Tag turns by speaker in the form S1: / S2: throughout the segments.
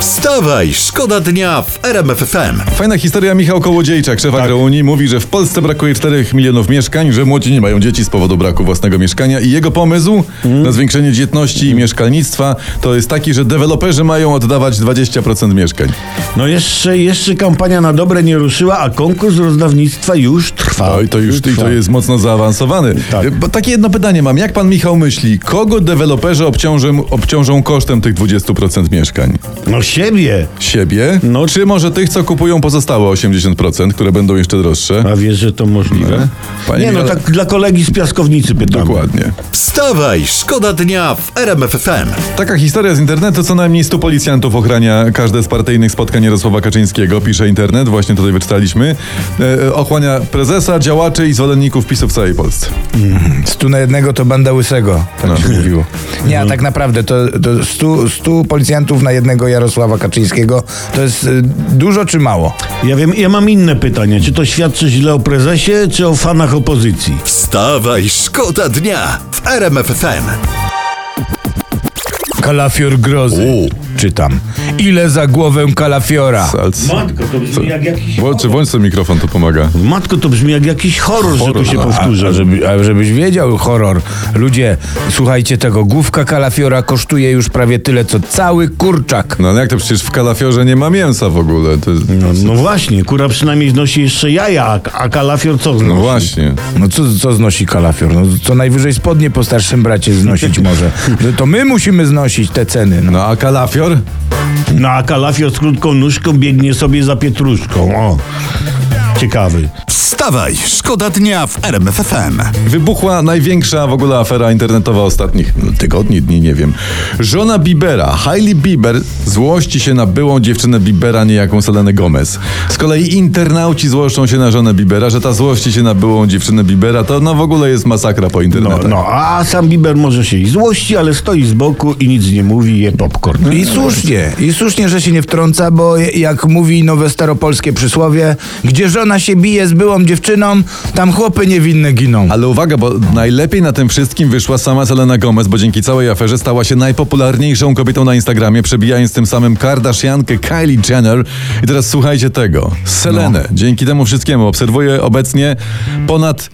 S1: Wstawaj, szkoda dnia w RMF FM.
S2: Fajna historia Michał Kołodziejczak, szef
S3: Tak.
S2: agrounii, mówi, że w Polsce brakuje 4 milionów mieszkań, że młodzi nie mają dzieci z powodu braku własnego mieszkania i jego pomysł
S3: Mhm.
S2: na zwiększenie dzietności i mieszkalnictwa to jest taki, że deweloperzy mają oddawać 20% mieszkań.
S3: No jeszcze, jeszcze kampania na dobre nie ruszyła, a konkurs rozdawnictwa już trwa.
S2: Oj, to już i
S3: trwa.
S2: to jest mocno zaawansowany.
S3: Tak.
S2: Bo takie jedno pytanie mam. Jak pan Michał myśli, kogo deweloperzy obciążą, obciążą kosztem tych 20% mieszkań?
S3: No siebie.
S2: Siebie?
S3: No.
S2: Czy może tych, co kupują pozostałe 80%, które będą jeszcze droższe?
S3: A wiesz, że to możliwe?
S2: Panie
S3: nie no,
S2: Michale-
S3: tak dla kolegi z piaskownicy pytam.
S2: Dokładnie.
S1: Wstawaj, szkoda dnia w RMF FM.
S2: Taka historia z internetu, co najmniej 100 policjantów ochrania każde z partyjnych spotkań Jarosława Kaczyńskiego, pisze internet, właśnie tutaj wyczytaliśmy. E, e, ochłania prezesa, działaczy i zwolenników PiSu w całej Polsce.
S4: Stu na jednego to banda łysego, tak
S2: No.
S4: się mówiło. Nie, a tak naprawdę to, to stu, stu policjantów na jednego Jarosława Kaczyńskiego to jest y, dużo czy mało?
S3: Ja wiem, ja mam inne pytanie. Czy to świadczy źle o prezesie, czy o fanach opozycji?
S1: Wstawaj, szkoda dnia w RMF FM.
S4: Kalafior grozy. Czytam. Ile za głowę kalafiora?
S2: Salc.
S3: to brzmi jak jakiś...
S2: Włącz, włącz sobie mikrofon, to pomaga.
S3: Matko, to brzmi jak jakiś horror, że tu się
S4: A-
S3: powtórza.
S4: A, żeby, a żebyś wiedział, horror. Ludzie, słuchajcie tego, główka kalafiora kosztuje już prawie tyle, co cały kurczak.
S2: No ale jak to przecież w kalafiorze nie ma mięsa w ogóle. To, jest-
S3: No, no właśnie, kura przynajmniej wnosi jeszcze jaja, a, a kalafior co
S2: no
S3: znosi?
S2: właśnie.
S4: No co, co znosi kalafior? No, co najwyżej spodnie po starszym bracie znosić może. No, to my musimy znosić te ceny. No.
S2: No a kalafior?
S3: No a kalafior z krótką nóżką biegnie sobie za pietruszką. O, ciekawy.
S1: Wstawaj, szkoda dnia w RMF FM.
S2: Wybuchła największa w ogóle afera internetowa ostatnich tygodni, dni, nie wiem. Żona Bibera, Hailey Bieber, złości się na byłą dziewczynę Bibera, niejaką Selenę Gomez. Z kolei internauci złoszczą się na żonę Bibera, że ta złości się na byłą dziewczynę Bibera, to no w ogóle jest masakra po
S3: No,
S2: internetach.
S3: no, a sam Bieber może się i złości, ale stoi z boku i nic nie mówi, je popcorn.
S4: I słusznie, i słusznie, że się nie wtrąca, bo je- jak mówi nowe staropolskie przysłowie, gdzie żona się bije z byłą dziewczyną, tam chłopy niewinne giną.
S2: Ale uwaga, bo najlepiej na tym wszystkim wyszła sama Selena Gomez, bo dzięki całej aferze stała się najpopularniejszą kobietą na Instagramie, przebijając tym samym Kardashiankę Kylie Jenner. I teraz słuchajcie tego.
S4: No.
S2: Selenę dzięki temu wszystkiemu obserwuje obecnie ponad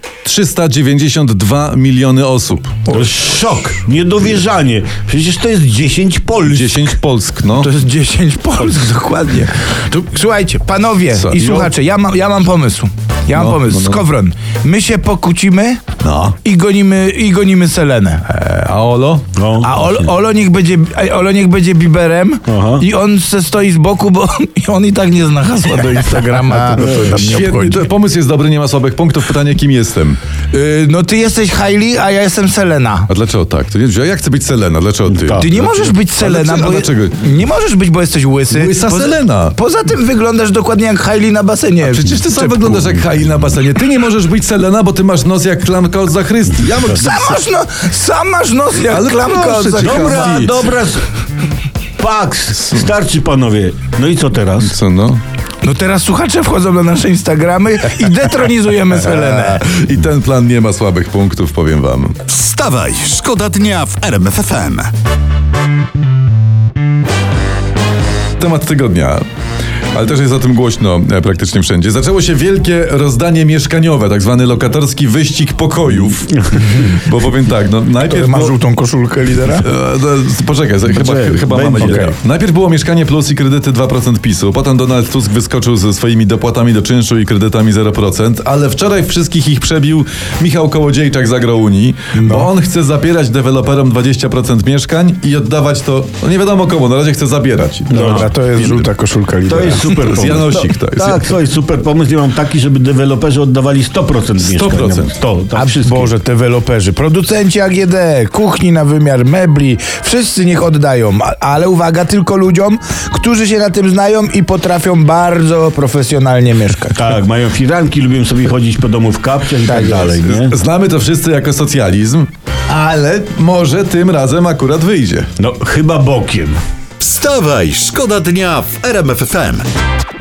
S2: 392 miliony osób.
S3: To jest szok, niedowierzanie. Przecież to jest 10 Polsk.
S2: 10 Polsk, no.
S4: To jest 10 Polsk, dokładnie. Tu, słuchajcie, panowie
S2: Co,
S4: i
S2: jo?
S4: słuchacze, ja, mam, ja mam pomysł. Ja mam
S2: No,
S4: pomysł.
S2: no, no.
S4: Skowron, my się pokłócimy
S2: No.
S4: i gonimy, i gonimy Selenę.
S2: E, A Olo?
S3: No.
S4: A Ol, Olo, niech będzie, Olo niech będzie biberem
S3: Aha.
S4: i on se stoi z boku, bo on, i on i tak nie zna hasła do Instagrama. to, to tam nie
S2: Świetny,
S4: obchodzi.
S2: to pomysł jest dobry, nie ma słabych punktów. Pytanie, kim jestem?
S4: Y, no ty jesteś Hailey, a ja jestem Selena.
S2: A dlaczego tak? To nie, ja chcę być Selena, dlaczego ty?
S3: Tak.
S4: Ty nie
S2: Dlaczego?
S4: możesz być
S2: Ale
S4: Selena,
S2: czy- a
S4: bo
S2: dlaczego?
S4: nie możesz być, bo jesteś łysy.
S2: Łysa
S4: Poza-
S2: Selena.
S4: Poza tym wyglądasz dokładnie jak Hailey na basenie.
S2: Przecież ty sam
S4: Czepku.
S2: wyglądasz jak Hailey na basenie. Ty nie możesz być Selena, bo ty masz nos jak klamka od zachrystii. Ja
S4: Sam masz, no, sam masz nos jak
S2: Ale
S4: klamka
S2: proszę
S4: od
S2: cię,
S3: Dobra,
S4: No
S2: Kawit.
S3: dobra. s- Pax, starczy panowie. No i co teraz?
S2: Co no?
S4: No teraz słuchacze wchodzą na nasze Instagramy i detronizujemy Selenę.
S2: I ten plan nie ma słabych punktów, powiem wam.
S1: Wstawaj, szkoda dnia w RMF FM.
S2: Temat tygodnia. Ale też jest o tym głośno e, praktycznie wszędzie. Zaczęło się wielkie rozdanie mieszkaniowe, tak zwany lokatorski wyścig pokojów. Bo powiem tak, no najpierw... było-
S4: żółtą koszulkę lidera?
S2: E, no, z- Poczekaj, za- chyba,
S3: Poczekaj,
S2: chyba mamy
S3: będzie.
S2: jedno.
S3: Okej.
S2: Najpierw było mieszkanie plus i kredyty 2% PiSu. Potem Donald Tusk wyskoczył ze swoimi dopłatami do czynszu i kredytami 0%, ale wczoraj wszystkich ich przebił Michał Kołodziejczak z Agrounii, bo on chce zabierać deweloperom 20% mieszkań i oddawać to, no nie wiadomo komu, na razie chce zabierać.
S4: Dobra, to jest żółta koszulka lidera.
S3: To jest super
S2: Z
S3: pomysł.
S2: Janosik, tak. Z-
S3: Tak, to jest super pomysł. Ja mam taki, żeby deweloperzy oddawali 100% mieszkań.
S2: 100%.
S3: To,
S4: A
S3: tak, wszystkie.
S4: Boże, deweloperzy, producenci AGD, kuchni na wymiar, mebli, wszyscy niech oddają. A- Ale uwaga, tylko ludziom, którzy się na tym znają i potrafią bardzo profesjonalnie mieszkać.
S3: Tak, mają firanki, lubią sobie chodzić po domu w kapciach i
S4: Tak
S3: tak
S4: jest.
S3: dalej, nie?
S2: Znamy to wszyscy jako socjalizm, ale może tym razem akurat wyjdzie.
S3: No, chyba bokiem.
S1: Wstawaj, szkoda dnia w RMF FM.